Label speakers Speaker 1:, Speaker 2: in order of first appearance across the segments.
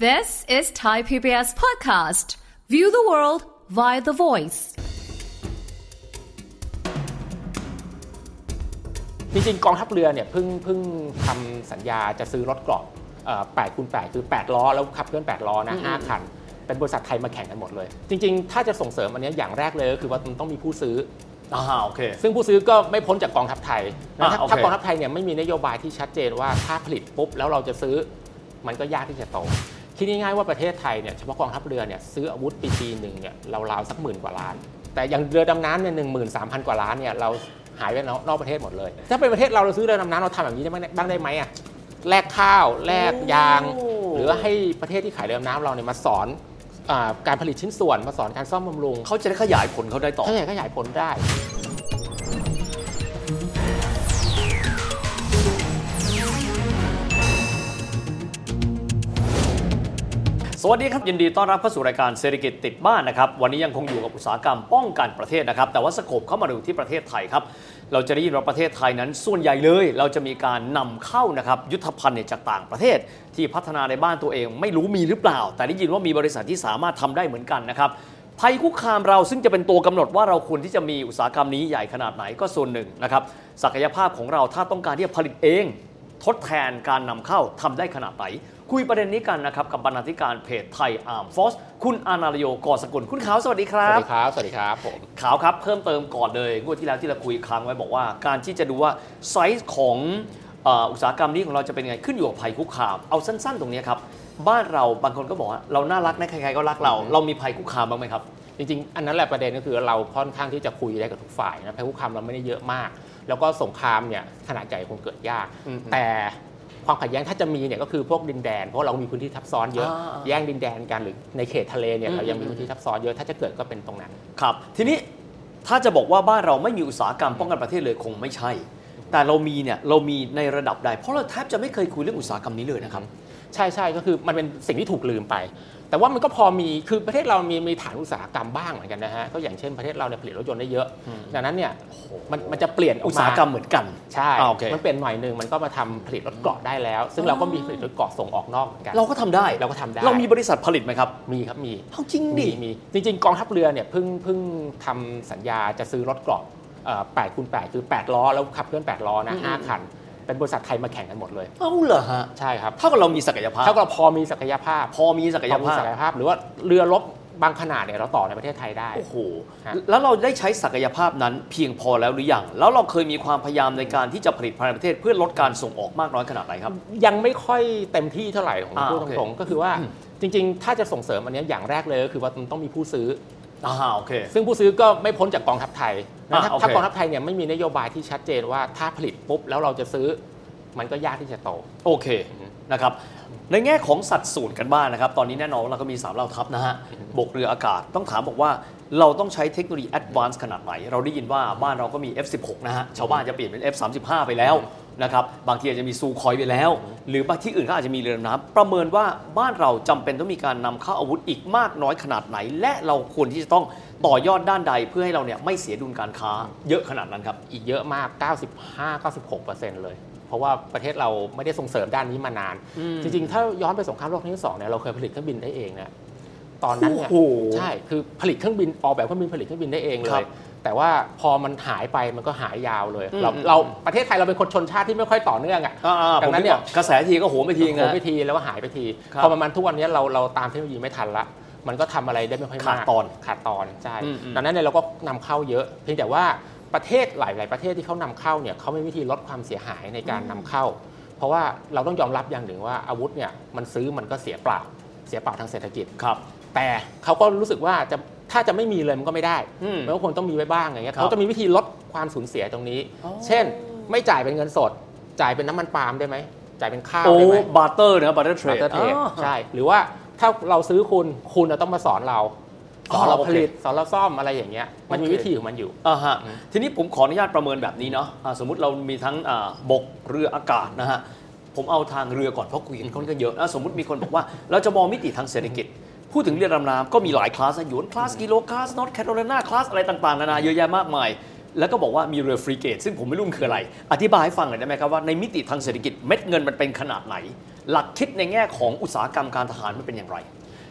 Speaker 1: This is Thai PBS Podcast. View the world via the voice.
Speaker 2: จริงๆกองทัพเรือเนี่ยเพิ่งเพิ่งทำสัญญาจะซื้อรถเกราะเอ่อ8คูณ8คือ 8 ล้อ แล้วขับเคลื่อน 8 ล้อนะ5คัน เป็นบริษัทไทยมาแข่งกันหมดเลย จริง ๆ ถ้าจะส่งเสริมอันเนี้ยอย่างแรกเลยก็คือว่ามันต้องมีผู้ซื้อ
Speaker 3: อ่าโอเค
Speaker 2: ซึ่งผู้ซื้อก็ไม่พ้นจากกองทัพไทยนะ
Speaker 3: อ่า
Speaker 2: ถ้า
Speaker 3: โอเค
Speaker 2: ถ้ากองทัพไทยเนี่ยไม่มีนโยบายที่ชัดเจนว่าถ้าผลิตปุ๊บแล้วเราจะซื้อมันก็ยากที่จะโตคิดง่ายๆว่าประเทศไทยเนี่ยเฉพาะกองทัพเรือเนี่ยซื้ออาวุธปีปีหนึ่งเนี่ยราวๆสักหมื่นกว่าล้าน แต่อย่างเรือดำน้ำเนี่ยหนึ่งหมื่นสามพันกว่าล้านเนี่ยเราหายไปนอกนอกประเทศหมดเลย ถ้าเป็นประเทศเราเราซื้อเรือดำน้ำเราทำแบบนี้ได้บ้างบ้างได้ไหมอ่ะแลกข้าวแลกยาง
Speaker 3: โอ้
Speaker 2: หรือว่าให้ประเทศที่ขายเรือดำน้ำเราเนี่ยมาสอนอาการผลิตชิ้นส่วนมาสอนการซ่อมบำรุง
Speaker 3: เขาจะได้ขยายผลเขาได้ต่อ
Speaker 2: ถ้าอยากขยายผลได้
Speaker 3: สวัสดีครับ ยินดีต้อนรับเข้าสู่รายการเศรษฐกิจติดบ้านนะครับ วันนี้ยังคงอยู่กับอุตสาหกรรมป้องกันประเทศนะครับ แต่ว่าสโคปเข้ามาดูที่ประเทศไทยครับ เราจะได้ยินว่าประเทศไทยนั้นส่วนใหญ่เลย เราจะมีการนำเข้านะครับยุทธภัณฑ์เนี่ยจากต่างประเทศ ที่พัฒนาในบ้านตัวเอง ไม่รู้มีหรือเปล่า แต่ได้ยินว่ามีบริษัทที่สามารถทำได้เหมือนกันนะครับ ภัยคุกคามเราซึ่งจะเป็นตัวกำหนดว่าเราควรที่จะมีอุตสาหกรรมนี้ใหญ่ขนาดไหนก็ส่วนหนึ่งนะครับศักยภาพของเราถ้าต้องการที่จะผลิตเอง ทดแทนการนำเข้าทำได้ขนาดไหน คุยประเด็นนี้กันนะครับ กับบรรณาธิการเพจไทยอาร์มฟอสคุณอานาลโยกอสกุลคุณขาว สวัสดีครั
Speaker 2: สวั
Speaker 3: บ
Speaker 2: สดีครับ สวัสดีครับผม
Speaker 3: ขาวครับ เพิ่มเติมก่อนเลยงวดที่แล้วที่เราคุยค้างไว้บอกว่า การที่จะดูว่าไซส์ของเอ่ออุตสาหกรรมนี้ของเราจะเป็นยังไงขึ้นอยู่กับภัยคุกคาม เอาสั้น ๆ ตรงเนี้ยครับ บ้านเราบางคนก็บอกว่าเราน่ารักนะใครๆก็รักเรา เรามีภัยคุกคามบ้างไหมครับ
Speaker 2: จริงๆ อันนั้นแหละประเด็นก็คือเราค่อนข้างที่จะคุยได้กับทุกฝ่ายนะภัยคุกคามเราไม่ได้เยอะมาก แล้วก็สงครามเนี่ยขนาดใหญ่คงเกิดยาก
Speaker 3: อืม
Speaker 2: แต่ความขัดแย้งถ้าจะมีเนี่ยก็คือพวกดินแดน เพราะเรามีพื้นที่ทับซ้อนเยอะ
Speaker 3: อ่า
Speaker 2: แย่งดินแดนกันหรือในเขตทะเลเนี่ย
Speaker 3: อืม
Speaker 2: เรายังมีพื้นที่ทับซ้อนเยอะ ถ้าจะเกิดก็เป็นตรงนั้น
Speaker 3: ครับ ทีนี้ถ้าจะบอกว่าบ้านเราไม่มีอุตสาหกรรมป้องกันประเทศเลยคงไม่ใช่ แต่เรามีเนี่ยเรามีในระดับใด เพราะเราแทบจะไม่เคยคุยเรื่องอุตสาหกรรมนี้เลยนะครับ
Speaker 2: ใช่ใช่ก็คือมันเป็นสิ่งที่ถูกลืมไป แต่ว่ามันก็พอมีคือประเทศเรามีมีฐานอุตสาหกรรมบ้างเหมือนกันนะฮะก็อย่างเช่นประเทศเราเนี่ยผลิตรถยนต์ได้เยอะดังนั้นเนี่ยมันมันจะเปลี่ยนออ
Speaker 3: อุ
Speaker 2: ก
Speaker 3: ตสาห
Speaker 2: มา
Speaker 3: กรรมเหมือนกัน
Speaker 2: ใช่
Speaker 3: อ่าโอเค
Speaker 2: มันเปลี่ยนหน่อยหนึ่งมันก็มาทำผลิตรถเกราะได้แล้ว ซึ่งเราก็มีผลิตรถเกราะส่งออกนอกเหมือนกัน
Speaker 3: เราก็ทำได้
Speaker 2: เราก็ทำได้
Speaker 3: เรามีบริษัทผลิตไหมครับ
Speaker 2: มีครับมี
Speaker 3: เอาจริง
Speaker 2: มี
Speaker 3: ดิ
Speaker 2: มีจริง ๆ กองทัพเรือเนี่ยเพิ่งเพิ่งทำสัญญาจะซื้อรถเกราะแปดคูณแปดคือ 8 ล้อ แล้วขับเคลื่อน 8 ล้อนะ
Speaker 3: อืม
Speaker 2: ห้าคัน เป็นบริษัทไทยมาแข่งกันหมดเลย
Speaker 3: เอาเหรอฮะ
Speaker 2: ใช่ครับ
Speaker 3: เท่ากับเรามีศักยภาพ
Speaker 2: เท่ากับเราพอมีศักยภาพ
Speaker 3: พอมีศักย
Speaker 2: พอมี
Speaker 3: ภาพ
Speaker 2: ศักยภาพ หรือว่าเรือรบบางขนาดเนี่ยเราต่อในประเทศไทยได้
Speaker 3: โอ้โห
Speaker 2: ฮะ
Speaker 3: แล้วเราได้ใช้ศักยภาพนั้นเพียงพอแล้วหรือยังแล้วเราเคยมีความพยายามในการที่จะผลิตภายในประเทศ เพื่อลดการส่งออกมากน้อยขนาดไหนครับ
Speaker 2: ยังไม่ค่อยเต็มที่เท่าไหร่ของ
Speaker 3: อ่า
Speaker 2: พูด
Speaker 3: โอเค
Speaker 2: ตรงๆก็คือว่าจริง ๆ ถ้าจะส่งเสริมอันเนี้ยอย่างแรกเลยก็คือว่ามันต้องมีผู้ซื้อ
Speaker 3: อ่าโอเค
Speaker 2: ซึ่งผู้ซื้อก็ไม่พ้นจากกองทัพไทยนะ
Speaker 3: อ่ะ
Speaker 2: ถ้า
Speaker 3: โอเค
Speaker 2: ถ้ากองทัพไทยเนี่ยไม่มีนโยบายที่ชัดเจนว่าถ้าผลิตปุ๊บแล้วเราจะซื้อมันก็ยากที่จะโต
Speaker 3: โอเคนะครับในแง่ของสัดส่วนกันบ้างนะครับ ตอนนี้แน่นอนว่าเราก็มี3เหล่าทัพนะฮะบกเรืออากาศต้องถามบอกว่าเราต้องใช้เทคโนโลยีแอดวานซ์ขนาดไหน เราได้ยินว่าบ้านเราก็มี F16 นะฮะชาวบ้านจะเปลี่ยนเป็น F35 ไปแล้วนะครับบางทีอาจจะมีซูคอยไปแล้ว หรือบางที่อื่นก็อาจจะมีเรือดำน้ำประเมินว่าบ้านเราจำเป็นต้องมีการนำเข้าอาวุธอีกมากน้อยขนาดไหน และเราควรที่จะต้องต่อยอดด้านใดเพื่อให้เราเนี่ยไม่เสียดุลการค้าเยอะขนาดนั้นครับ
Speaker 2: อีกเยอะมาก 95-96%เลย เพราะว่าประเทศเราไม่ได้ส่งเสริมด้านนี้มานาน
Speaker 3: อืม
Speaker 2: จริง ๆ ถ้าย้อนไปสงครามโลกครั้งที่สองเนี่ยเราเคยผลิตเครื่องบินได้เองนะตอนนั้นเนี่ย
Speaker 3: โอ้โห
Speaker 2: ใช่คือผลิตเครื่องบินออกแบบเครื่องบินผลิตเครื่องบินได้เองเล
Speaker 3: ครั
Speaker 2: ย
Speaker 3: บ
Speaker 2: แต่ว่าพอมันหายไปมันก็หายยาวเลย
Speaker 3: อืม
Speaker 2: เรา
Speaker 3: อืม
Speaker 2: เราประเทศไทยเราเป็นคนชนชาติที่ไม่ค่อยต่อเนื่องอ่ะ
Speaker 3: อ่าๆ
Speaker 2: ดั
Speaker 3: ผ
Speaker 2: ง
Speaker 3: ม
Speaker 2: นั้นเนี่
Speaker 3: เนี่ย ยกระแสทีก็โหมไปที
Speaker 2: โห
Speaker 3: นะ
Speaker 2: ไปทีแล้วก็หายไปที
Speaker 3: ครับ
Speaker 2: พอประมาณทุกวันนี้เราเราตามเทคโนโลยีไม่ทันละ มันก็ทำอะไรได้ไม่ค่อยมาก
Speaker 3: ขาดตอน
Speaker 2: ขาดตอนใช่
Speaker 3: อืมอืม
Speaker 2: ดังนั้นเนี่ยเราก็นำเข้าเยอะ เพียงแต่ว่าประเทศหลาย ๆ ประเทศที่เขานำเข้าเนี่ยเขาไม่มีวิธีลดความเสียหายในการนำเข้า เพราะว่าเราต้องยอมรับอย่างหนึ่งว่าอาวุธเนี่ยมันซื้อมันก็เสียเปล่าเสียเปล่าทางเศรษฐกิจ
Speaker 3: ครับ
Speaker 2: แต่เขาก็รู้สึกว่าจะถ้าจะไม่มีเลยมันก็ไม่ได้
Speaker 3: อืม
Speaker 2: มันก็ควรต้องมีไว้บ้างอย่างเงี้ย
Speaker 3: ครับ
Speaker 2: เขาจะมีวิธีลดความสูญเสียตรงนี้
Speaker 3: อ๋อ
Speaker 2: เช่น ไม่จ่ายเป็นเงินสด จ่ายเป็นน้ำมันปาล์มได้ไหมจ่ายเป็นข้าว
Speaker 3: โอ้
Speaker 2: ได้ไหม
Speaker 3: บาร์เตอร์นะบาร์เตอร์เทรด
Speaker 2: มาสเตอร์เทรดใช่ หรือว่าถ้าเราซื้อคุณคุณน่ะต้องมาสอนเรา สอนเรา
Speaker 3: อ๋อ
Speaker 2: ผ
Speaker 3: โอเค
Speaker 2: ลิตสอนเราซ่อมอะไรอย่างเงี้ยมันมี
Speaker 3: โอเค
Speaker 2: วิธีของมันอยู่
Speaker 3: อ่าฮะทีนี้ผมขออนุญาตประเมินแบบนี้เนาะอ่าสมมติเรามีทั้งอ่าบกเรืออากาศนะฮะ ผมเอาทางเรือก่อนเพราะคุยกันค่อนข้างเยอะอ่ะสมมติมีคนบอกว่า เราจะมองมิติทางเศรษฐกิจ พูดถึงเรือดำน้ำก็มีหลายคลาสนะหยวนคลาสกิโลคลาสนอตแคโรไลนาคลาสอะไรต่างๆนานาเยอะแยะมากมาย แล้วก็บอกว่ามีเรือฟรีเกตซึ่งผมไม่รู้มันคืออะไร อธิบายให้ฟังหน่อยได้ไหมครับว่าในมิติทางเศรษฐกิจเม็ดเงินมันเป็นขนาดไหน หลักคิดในแง่ของอุตสาหกรรมการทหารมันเป็นอย่างไร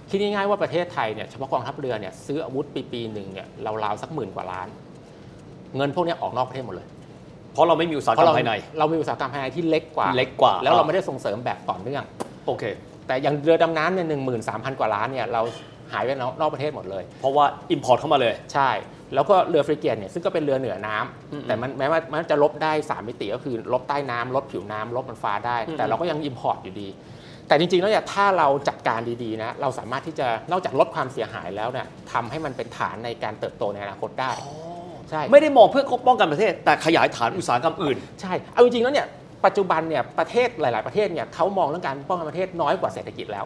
Speaker 2: คิดง่ายๆว่าประเทศไทยเนี่ยเฉพาะกองทัพเรือเนี่ยซื้ออาวุธปีปีหนึ่งเนี่ยราวๆสักหมื่นกว่าล้าน เงินพวกเนี้ยออกนอกประเทศหมดเลย
Speaker 3: เพราะเราไม่มีอุตสาหกรรมภายใน
Speaker 2: เรามีอุตสาหกรรมภายในที่เล็กกว่า
Speaker 3: เล็กกว่า
Speaker 2: แล้วเราไม่ได้ส่งเสริมแบบต่อเนื่อง
Speaker 3: โอเค
Speaker 2: แต่อย่างเรือดำน้ำเนี่ยหนึ่งหมื่นสามพันกว่าล้านเนี่ยเราหายไปนอกประเทศหมดเลย
Speaker 3: เพราะว่า import เข้ามาเลย
Speaker 2: ใช่ แล้วก็เรือฟริเกียนเนี่ยซึ่งก็เป็นเรือเหนือน้ำ
Speaker 3: อืม
Speaker 2: แต่มันแม้ว่ามันจะลบได้ 3 มิติก็คือลบใต้น้ำลบผิวน้ำลบบนฟ้าได้
Speaker 3: อืม
Speaker 2: แต่เราก็ยังอิมพอร์ตอยู่ดี แต่จริงๆแล้วเนี่ยถ้าเราจัดการดีๆนะเราสามารถที่จะนอกจากลดความเสียหายแล้วเนี่ยทำให้มันเป็นฐานในการเติบโตในอนาคตได้ ใช่
Speaker 3: ไม่ได้มองเพื่อป้องกันประเทศ แต่ขยายฐานอุตสาหกรรมอื่น
Speaker 2: ใช่ เอาจริงๆแล้วเนี่ยปัจจุบันเนี่ยประเทศหลาย ๆ ประเทศเนี่ยเขามองเรื่องการป้องกันประเทศน้อยกว่าเศรษฐกิจแล้ว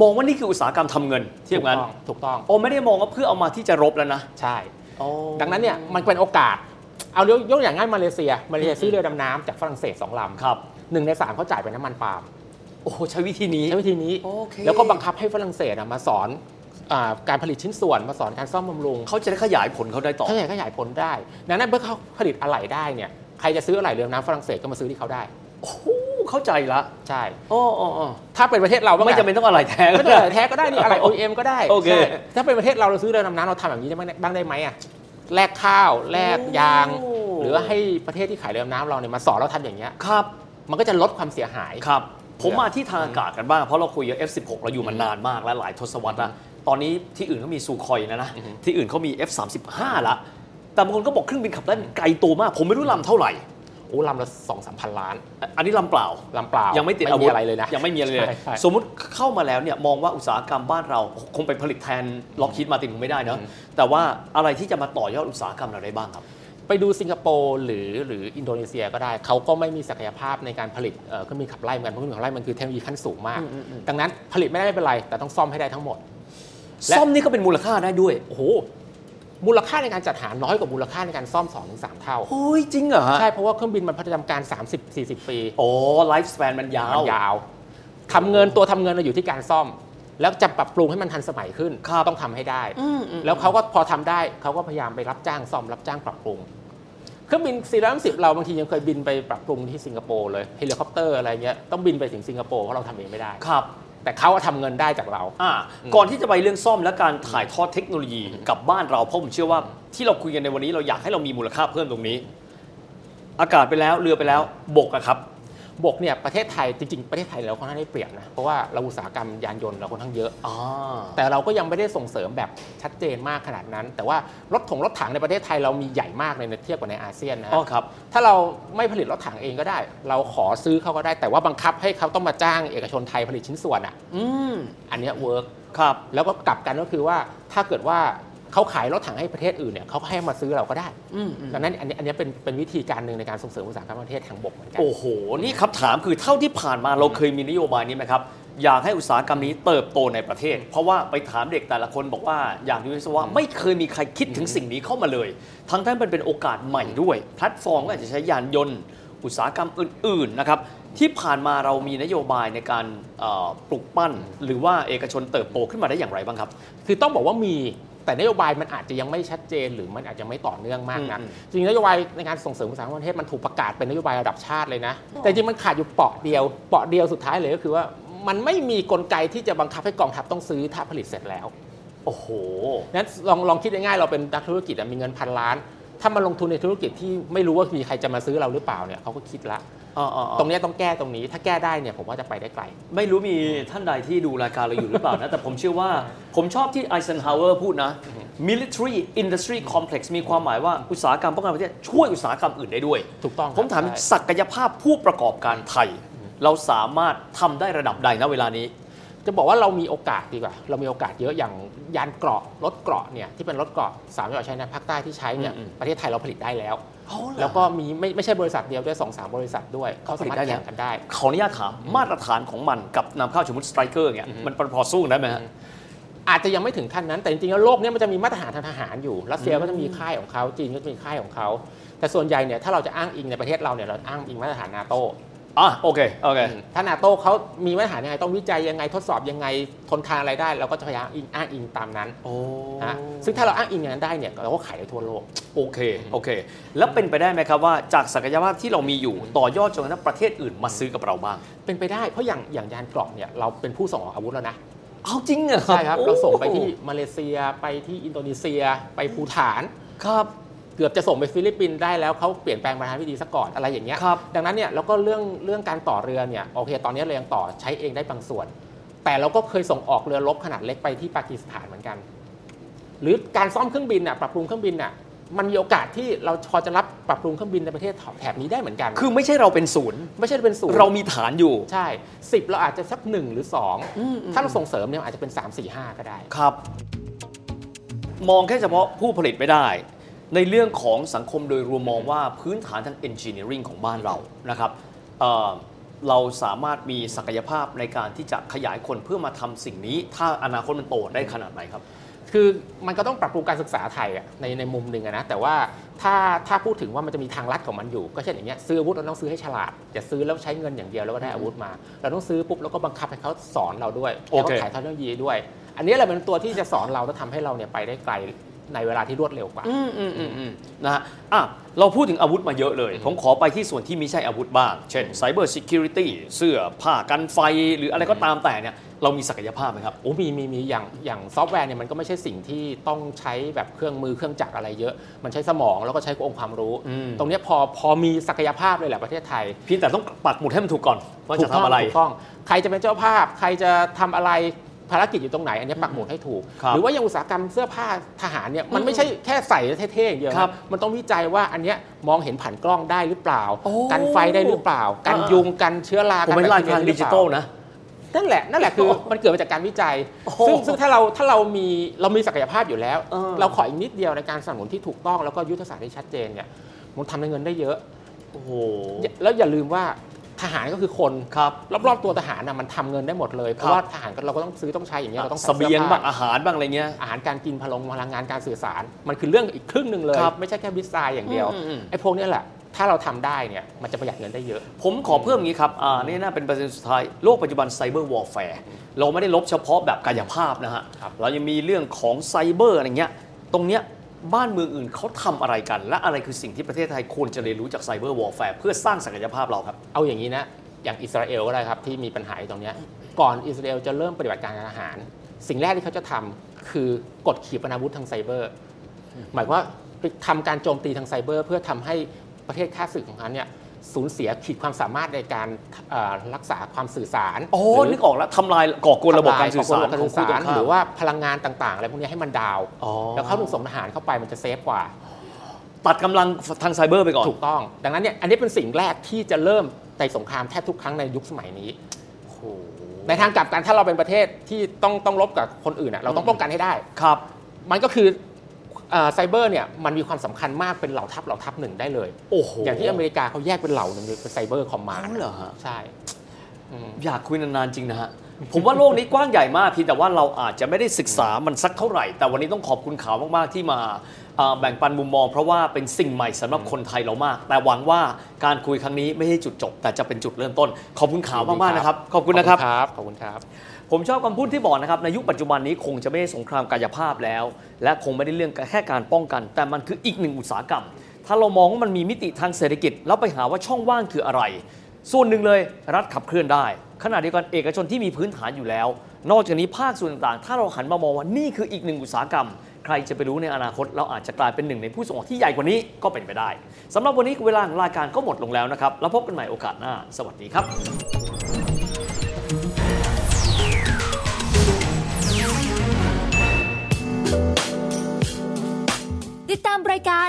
Speaker 3: มองว่านี่คืออุตสาหกรรมทำเงิน เทียบกัน
Speaker 2: ถูกต้องถูก
Speaker 3: โอ้ไม่ได้มองว่าเพื่อเอามาที่จะรบแล้วนะ
Speaker 2: ต้องใช่ ดังนั้นเนี่ยมันเป็นโอกาส เอายกยกอย่างง่ายมาเลเซีย มาเลเซียซื้อเรือดำน้ำจากฝรั่งเศสสองลำ
Speaker 3: ครับ
Speaker 2: หนึ่งในสามเขาจ่ายเป็นน้ำมันปาล์ม
Speaker 3: โอ้ใช้วิธีนี้
Speaker 2: ใช้วิธีนี้
Speaker 3: โอเค
Speaker 2: แล้วก็บังคับให้ฝรั่งเศสอะมาสอนอาการผลิตชิ้นส่วนมาสอนการซ่อมบำรุง
Speaker 3: เขาจะได้ขยายผลเขาได้ต่อ
Speaker 2: เขาขยายขยายผลได้ ดังนั้นเมื่อเขาผลิตอะไหล่ได้เนี่ยใครจะซื้ออะไหล่เรือน้ำฝรั่งเศสก็มาซื้อที่เขาได้
Speaker 3: โอ้โหเข้าใจละ
Speaker 2: ใช่
Speaker 3: โอ้โอ้โอ้
Speaker 2: ถ้าเป็นประเทศเราบ้าง
Speaker 3: ไม่จำเป็นต้องอะไรแท้ก็
Speaker 2: ก็
Speaker 3: ได้
Speaker 2: แท้ก็ได้นี่ อะไร OEM ก็ได้
Speaker 3: โอเค
Speaker 2: ใช่ถ้าเป็นประเทศเราเราซื้อเรือดำน้ำเราทำแบบนี้ได้บ้างบ้างได้ไหมอะแลกข้าวแลกยาง หรือว่าให้ประเทศที่ขายเรือดำน้ำเราเนี่ยมาสอนเราทำอย่างเงี้ย
Speaker 3: ครับ
Speaker 2: มันก็จะลดความเสียหาย
Speaker 3: ครับ ผมมาที่ทางอากาศกันบ้าง เพราะเราคุยกับ F16 เราอยู่มานานมากแล้วหลายทศวรรษละตอนนี้ที่อื่นเขามีซูคอยนะนะ
Speaker 2: อือฮึ
Speaker 3: ที่อื่นเขามี F35 ละแต่บางคนก็บอกเครื่องบินขับไล่มันไกลตัวมาก ผมไม่รู้ลำเท่าไหร่
Speaker 2: โอ้ลำละสองสามพันล้าน
Speaker 3: อ่ะอันนี้ลำเปล่า
Speaker 2: ลำเปล่ายั
Speaker 3: ยังไม่ติดอาวุธ
Speaker 2: อะไรเลยนะ
Speaker 3: ยังไม่มีอะไรเลย
Speaker 2: ใช่ใช่
Speaker 3: สมมติเข้ามาแล้วเนี่ยมองว่าอุตสาหกรรมบ้านเราคงไปผลิตแทนล็อกคิดมาตินคงไม่ได้เนอะ
Speaker 2: อืม
Speaker 3: แต่ว่าอะไรที่จะมาต่อยอดอุตสาหกรรมเราได้บ้างครับ
Speaker 2: ไปดูสิงคโปร์หรือหรืออินโดนีเซียก็ได้ เขาก็ไม่มีศักยภาพในการผลิตเอ่อเครื่องบินขับไล่เหมือนกันเพราะเครื่องบินขับไล่มันคือเทคโนโลยีขั้นสูงมาก
Speaker 3: อืมอืมอืม
Speaker 2: ดังนั้นผลิตไม่ได้ไม่เป็นไร แต่ต้องซ่อมให้ได้ทั้งหมด และ
Speaker 3: ซ่อมนี่ก็เป็นมูลค่าได้ด้วย
Speaker 2: โอ้โหมูลค่าในการจัดหาน้อยกว่ามูลค่าในการซ่อม2อถึงสเท่า
Speaker 3: โอ้ยจริงเหรอฮะ
Speaker 2: ใช่เพราะว่าเครื่องบินมันประจำการ 30-40 ปี
Speaker 3: โอ้ไลฟ์ส p ปนมันยาว
Speaker 2: มันยาวทำเงินตัวทำเงินเราอยู่ที่การซ่อม แล้วจะปรับปรุงให้มันทันสมัยขึ้น
Speaker 3: ครับ
Speaker 2: ต้องทำให้ได้
Speaker 3: อืมอืม
Speaker 2: แล้วเขาก็พอทำได้เขาก็พยายามไปรับจ้างซ่อมรับจ้างปรับปรุง เครื่องบิน410เราบางทียังเคยบินไปปรับปรุงที่สิงคโปร์เลยเฮลิคอปเตอร์อะไรเงี้ยต้องบินไปถึงสิงคโปร์เพราะเราทำเองไม่ได้
Speaker 3: ครับ
Speaker 2: แต่เขาอะทำเงินได้จากเรา
Speaker 3: อ่าก่อนที่จะไปเรื่องซ่อมและการถ่ายทอดเทคโนโลยีกับบ้านเราเพราะผมเชื่อว่าที่เราคุยกันในวันนี้เราอยากให้เรามีมูลค่าเพิ่มตรงนี้ อากาศไปแล้วเรือไปแล้วบกอะครับ
Speaker 2: บกเนี่ยประเทศไทยจริงๆประเทศไทยเราค่อนข้างได้เปรียบนะเพราะว่าเราอุตสาหกรรมยานยนต์เราค่อนข้างเยอะ
Speaker 3: อ่า
Speaker 2: แต่เราก็ยังไม่ได้ส่งเสริมแบบชัดเจนมากขนาดนั้น แต่ว่ารถถงรถถังในประเทศไทยเรามีใหญ่มากเลยนะเทียบกับในอาเซียนนะ
Speaker 3: อ๋อครับ
Speaker 2: ถ้าเราไม่ผลิตรถถังเองก็ได้ เราขอซื้อเขาก็ได้ แต่ว่าบังคับให้เขาต้องมาจ้างเอกชนไทยผลิตชิ้นส่วนอ่ะ
Speaker 3: อืม
Speaker 2: อันเนี้ยเวิร์ก
Speaker 3: ครับ
Speaker 2: แล้วก็กลับกันก็คือว่าถ้าเกิดว่าเขาขายรถถังให้ประเทศอื่นเนี่ยเขาก็ให้มาซื้อเราก็ได้
Speaker 3: อืม
Speaker 2: ดังนั้นอันนี้อันเนี้ยเป็นเป็นวิธีการหนึ่งในการส่งเสริมอุตสาหกรรมประเทศทางบกเหมือนกัน
Speaker 3: โอ้โห นี่คำถามคือเท่าที่ผ่านมาเราเคยมีนโยบายนี้ไหมครับ อยากให้อุตสาหกรรมนี้เติบโตในประเทศ เพราะว่าไปถามเด็กแต่ละคนบอกว่าอยากดูวิศวะไม่เคยมีใครคิดถึงสิ่งนี้เข้ามาเลย ทั้งที่มันเป็นโอกาสใหม่ด้วย แพลตฟอร์มก็อาจจะใช้ยานยนต์ อุตสาหกรรมอื่นๆนะครับที่ผ่านมาเรามีนโยบายในการเอ่อปลุกปั้น หรือว่าเอกชนเติบโตขึ้นมาได้อย่างไรบ้างครับ
Speaker 2: คือต้องบอกว่ามีแต่นโยบายมันอาจจะยังไม่ชัดเจน หรือมันอาจจะไม่ต่อเนื่องมากนะ
Speaker 3: อืม
Speaker 2: จริงๆนโยบายในการส่งเสริมอุตสาหกรรมประเทศมันถูกประกาศเป็นนโยบายระดับชาติเลยนะ แต่จริงมันขาดอยู่เปาะเดียวเปาะเดียวสุดท้ายเลยก็คือว่ามันไม่มีกลไกที่จะบังคับให้กองทัพต้องซื้อถ้าผลิตเสร็จแล้ว
Speaker 3: โอ้โห
Speaker 2: นั้นลองลองคิดง่ายๆเราเป็นนักธุรกิจอะมีเงินพันล้าน ถ้ามาลงทุนในธุรกิจที่ไม่รู้ว่ามีใครจะมาซื้อเราหรือเปล่าเนี่ยเขาก็คิดละ ตรงเนี้ยต้องแก้ตรงนี้ถ้าแก้ได้เนี่ยผมว่าจะไปได้ไกล
Speaker 3: ไม่รู้มีท่านใดที่ดูรายการเราอยู่หรือเปล่านะ แต่ผมเชื่อว่าผมชอบที่ไอเซนฮาวเวอร์พูดนะ military industry complex มีความหมายว่าอุตสาหกรรมป้องกันประเทศช่วยอุตสาหกรรมอื่นได้ด้วย
Speaker 2: ถูกต้อง
Speaker 3: ผมถาม
Speaker 2: ใช่
Speaker 3: ศักยภาพผู้ประกอบการไทย เราสามารถทำได้ระดับใดณเวลานี้
Speaker 2: จะบอกว่าเรามีโอกาสดีกว่า เรามีโอกาสเยอะอย่างยานเกราะรถเกราะเนี่ยที่เป็นรถเกราะสามจังหวัดชายแดนภาคใต้ที่ใช้เนี่ย
Speaker 3: อืมอืม
Speaker 2: ประเทศไทยเราผลิตได้แล้ว
Speaker 3: แล้
Speaker 2: แล้ว ว
Speaker 3: ก็
Speaker 2: ก็มีไม่ไม่ใช่บริษัทเดียวด้วยสองสามบริษัทด้วยเขาสามารถแข่งกันได้
Speaker 3: ขออนุญาตถามมาตรฐานของมันกับนำเข้าสมมติสไตรเกอร์เงี้ยมันพอสู้ได้ไหมฮะ
Speaker 2: อาจจะยังไม่ถึงขั้นนั้น แต่จริงๆแล้วโลกเนี่ยมันจะมีมาตรฐานทางทหารอยู่รัสเซียก็จะมีค่ายของเขาจีนก็จะมีค่ายของเขาแต่ส่วนใหญ่เนี่ยถ้าเราจะอ้างอิงในประเทศเราเนี่ยเราอ้างอิงมาตรฐานนาโต
Speaker 3: อ่ะโอเคโอเค
Speaker 2: ถ้านาโต้เขามีปัญหายังไงต้องวิจัยยังไงทดสอบยังไงทนทานอะไรได้ เราก็จะพยายามอิงอ้างอิงตามนั้น
Speaker 3: โอ้
Speaker 2: นะฮะซึ่งถ้าเราอ้างอิงอย่างนั้นได้เนี่ยเราก็ขายได้ทั่วโลก
Speaker 3: โอเคโอเค แล้วเป็นไปได้ไหมครับว่าจากศักยภาพที่เรามีอยู่ต่อยอดจนกระทั่งประเทศอื่นมาซื้อกับเราบ้าง
Speaker 2: เป็นไปได้เพราะอย่างอย่างยานเกราะเนี่ยเราเป็นผู้ส่งออกอาวุธแล้วนะ
Speaker 3: เอาจริงเหรอ
Speaker 2: ใช่ครับ
Speaker 3: โอ้
Speaker 2: เราส่งไปที่มาเลเซียไปที่อินโดนีเซีย ไปภูฐาน
Speaker 3: ครับ
Speaker 2: เกือบจะส่งไปฟิลิปปินส์ได้แล้วเขาเปลี่ยนแปลงประธานาธิบดีซะก่อนอะไรอย่างเงี้ย
Speaker 3: ครับ
Speaker 2: ดังนั้นเนี่ยแล้วก็เรื่องเรื่องการต่อเรือเนี่ยโอเค ตอนนี้เรายังต่อใช้เองได้บางส่วน แต่เราก็เคยส่งออกเรือรบขนาดเล็กไปที่ปากีสถานเหมือนกัน หรือการซ่อมเครื่องบินน่ะปรับปรุงเครื่องบินน่ะมันมีโอกาสที่เราพอจะรับปรับปรุงเครื่องบินในประเทศแถบนี้ได้เหมือนกัน
Speaker 3: คือไม่ใช่เราเป็นศูนย์
Speaker 2: ไม่ใช่เป็นศูนย์
Speaker 3: เรามีฐานอยู่
Speaker 2: ใช่สิบเราอาจจะสักหนึ่งหรือสองถ้าเราส่งเสริมเนี่ยอาจจะเป็นสามสี่ห้าก็ได้
Speaker 3: ครับ มองแค่เฉพาะผู้ผลิตไม่ได้ ในเรื่องของสังคมโดยรวมมองว่าพื้นฐานทาง Engineering ของบ้านเรานะครับเอ่อเราสามารถมีศักยภาพในการที่จะขยายคนเพื่อมาทำสิ่งนี้ ถ้าอนาคตมันโตได้ขนาดไหนครับ
Speaker 2: คือมันก็ต้องปรับปรุงการศึกษาไทยอะในในมุมหนึ่งอะนะแต่ว่าถ้าถ้าพูดถึงว่ามันจะมีทางลัดของมันอยู่ ก็เช่นอย่างเงี้ยซื้ออาวุธเราต้องซื้อให้ฉลาดอย่าซื้อแล้วใช้เงินอย่างเดียวแล้วก็ได้อาวุธมา เราต้องซื้อปุ๊บแล้วก็บังคับให้เขาสอนเราด้วย
Speaker 3: โอ
Speaker 2: แล้ว
Speaker 3: เค
Speaker 2: ก็ขายทอดเรื่องยีด้วย อันนี้แหละเป็นตัวที่จะสอนเราและทำให้เราเนี่ยไปได้ไกลในเวลาที่รวดเร็วกว่า
Speaker 3: อืมอืมอืมอืมนะฮะอ่ะเราพูดถึงอาวุธมาเยอะเลย ผมขอไปที่ส่วนที่ไม่ใช่อาวุธบ้าง เช่น Cyber Security เสื้อผ้ากันไฟ หรืออะไรก็ตามแต่เนี่ยเรามีศักยภาพไหมครับ
Speaker 2: โอ้มีมีมีอย่างอย่างซอฟต์แวร์เนี่ยมันก็ไม่ใช่สิ่งที่ต้องใช้แบบเครื่องมือเครื่องจักรอะไรเยอะ มันใช้สมองแล้วก็ใช้องค์ความรู้
Speaker 3: อืม
Speaker 2: ตรงเนี้ยพอพอมีศักยภาพเลยแหละประเทศไทย
Speaker 3: เพี่แต่ต้องปักหมุดให้มันถูกก่อนว่าจะทำอะไร
Speaker 2: ถูกต้องถูกต้องใครจะเป็นเจ้าภาพ ใครจะทำอะไรภารกิจอยู่ตรงไหน อันนี้ปักหมุดให้ถูก
Speaker 3: ครับ
Speaker 2: หรือว่าอย่างอุตสาหกรรมเสื้อผ้าทหารเนี่ยมันไม่ใช่แค่ใส่แล้วเท่ๆอย่างเดียวนะครับมันต้องวิจัยว่าอันเนี้ยมองเห็นผ่านกล้องได้หรือเปล่า
Speaker 3: โอ้
Speaker 2: กันไฟได้หรือเปล่า กัน
Speaker 3: อ่ายุ
Speaker 2: ยุงกันเชื้อรา
Speaker 3: ผมเป็น
Speaker 2: แบ
Speaker 3: ราย
Speaker 2: คที
Speaker 3: การ
Speaker 2: ห
Speaker 3: ดิ
Speaker 2: อ
Speaker 3: จิ
Speaker 2: เปา
Speaker 3: ตอลนะ
Speaker 2: นั่นแหละนั่นแหละคือ
Speaker 3: โอ้
Speaker 2: มันเกิดมาจากการวิจัย
Speaker 3: โอ้
Speaker 2: ซึ่งซึ่งถ้าเราถ้าเรามีเรามีศักยภาพอยู่แล้ว
Speaker 3: เออ
Speaker 2: เราขออีกนิดเดียวในการสนับสนุนที่ถูกต้องแล้วก็ยุทธศาสตร์ที่ชัดเจนเนี่ยมันทำในเงินได้เยอะ
Speaker 3: โอ้โห
Speaker 2: แล้วอย่าลืมว่าทหารก็คือคน
Speaker 3: ครับ
Speaker 2: รอบๆตัวทหารนะมันทำเงินได้หมดเลย เพราะว่าทหารก็เราก็ต้องซื้อต้องใช้อย่างเงี้ยเราต้อง
Speaker 3: เสบียงบ้าง
Speaker 2: อ่ะ
Speaker 3: อาหารบ้างอะไรเงี้ย
Speaker 2: อาหารการกินพลังพลังงานการสื่อสาร มันคือเรื่องอีกครึ่งหนึ่งเลย
Speaker 3: ครับ
Speaker 2: ไม่ใช่แค่บิสไซน์อย่างเดียว
Speaker 3: อืมอืมอืม
Speaker 2: ไอ้พวกเนี้ยแหละถ้าเราทำได้เนี่ยมันจะประหยัดเงินได้เยอะ
Speaker 3: ผมขอเพิ่มอย่างนี้ครับ อ่า นี่น่าเป็นประเด็นสุดท้าย โลกปัจจุบันไซเบอร์วอ f แ r ร์เราไม่ได้ลบเฉพาะแบบกายภาพนะฮะ
Speaker 2: ครับ
Speaker 3: เรายังมีเรื่องของไซเบอร์อะไรเงี้ย ตรงเนี้ยบ้านเมืองอื่นเขาทำอะไรกัน และอะไรคือสิ่งที่ประเทศไทยควรจะเรียนรู้จากไซเบอร์วอ f แ r ร์เพื่อสร้างศักยภาพเราครับ
Speaker 2: เอาอย่างนี้นะอย่างอิสราเอลก็ได้ครับที่มีปัญหาอยู่ตรงเนี้ยก่อนอิสราเอลจะเริ่มปฏิบัติการทางอาหาร สิ่งแรกที่เขาจะทำคือกดขีปนาวุธทางไซเบอร์ หมายความว่าไปทำการโจมตีทางไซเบอร์ เพื่อทำให้ประเทศค่าศึกของเขาเนี่ยสูญเสียขีดความสามารถในการเอ่อรักษาความสื่อสาร
Speaker 3: โอ้
Speaker 2: หรือ
Speaker 3: นึกออกแล้วทำลายก่อกวนระบบการสื่อสาร
Speaker 2: ระบบก
Speaker 3: ของคู่
Speaker 2: สื่อ
Speaker 3: ตร
Speaker 2: สาง ร
Speaker 3: ข้าม
Speaker 2: หรือว่าพลังงานต่างๆอะไรพวกนี้ให้มันดาวน์
Speaker 3: อ๋อ
Speaker 2: แล้วเข้าถึงส่งทหารเข้าไปมันจะเซฟกว่า
Speaker 3: ตัดกำลังทางไซเบอร์ไปก่อน
Speaker 2: ถูกต้อง ดังนั้นเนี่ยอันนี้เป็นสิ่งแรกที่จะเริ่มในสงครามแทบทุกครั้งในยุคสมัยนี้ ในทางกลับกันถ้าเราเป็นประเทศที่ต้องต้องรบกับคนอื่นอะเราต้องป้องกันให้ได้
Speaker 3: ครับ
Speaker 2: มันก็คือไซเบอร์เนี่ยมันมีความสำคัญมากเป็นเหล่าทัพเหล่าทัพหนึ่งได้เลย
Speaker 3: โอ้โห
Speaker 2: อย่างที่อเมริกาเขาแยกเป็นเหล่าหนึ่งเลยเป็นไซเบอร์คอมมาน
Speaker 3: อ๋อเหรอฮะ
Speaker 2: ใช่
Speaker 3: อยากคุยนานๆจริงนะฮะ ผมว่าโลกนี้กว้างใหญ่มากเพียงแต่ว่าเราอาจจะไม่ได้ศึกษามันสักเท่าไหร่ แต่วันนี้ต้องขอบคุณข่าวมากๆที่มาเอ่อแบ่งปันมุมมองเพราะว่าเป็นสิ่งใหม่สำหรับคนไทยเรามาก แต่หวังว่าการคุยครั้งนี้ไม่ใช่จุดจบ แต่จะเป็นจุดเริ่มต้น ขอบคุณข่าวมากๆนะครับ ขอบคุณนะครับ
Speaker 2: ขอบคุณครับ
Speaker 3: ผมชอบคำพูดที่บอกนะครับ ในยุคปัจจุบันนี้คงจะไม่ได้สงครามกายภาพแล้ว และคงไม่ได้เรื่องแค่การป้องกัน แต่มันคืออีกหนึ่งอุตสาหกรรม ถ้าเรามองว่ามันมีมิติทางเศรษฐกิจ แล้วไปหาว่าช่องว่างคืออะไร ส่วนหนึ่งเลยรัฐขับเคลื่อนได้ ขณะเดียวกันเอกชนที่มีพื้นฐานอยู่แล้ว นอกจากนี้ภาคส่วนต่างๆ ถ้าเราหันมามองว่านี่คืออีกหนึ่งอุตสาหกรรม ใครจะไปรู้ในอนาคต เราอาจจะกลายเป็นหนึ่งในผู้ส่งออกที่ใหญ่กว่านี้ก็เป็นไปได้สำหรับวันนี้เวลาของรายการก็หมดลงแล้วนะครับแล้วพบกันใหม่โอกาสหน้า สวัสดีครับ
Speaker 4: ติดตามรายการ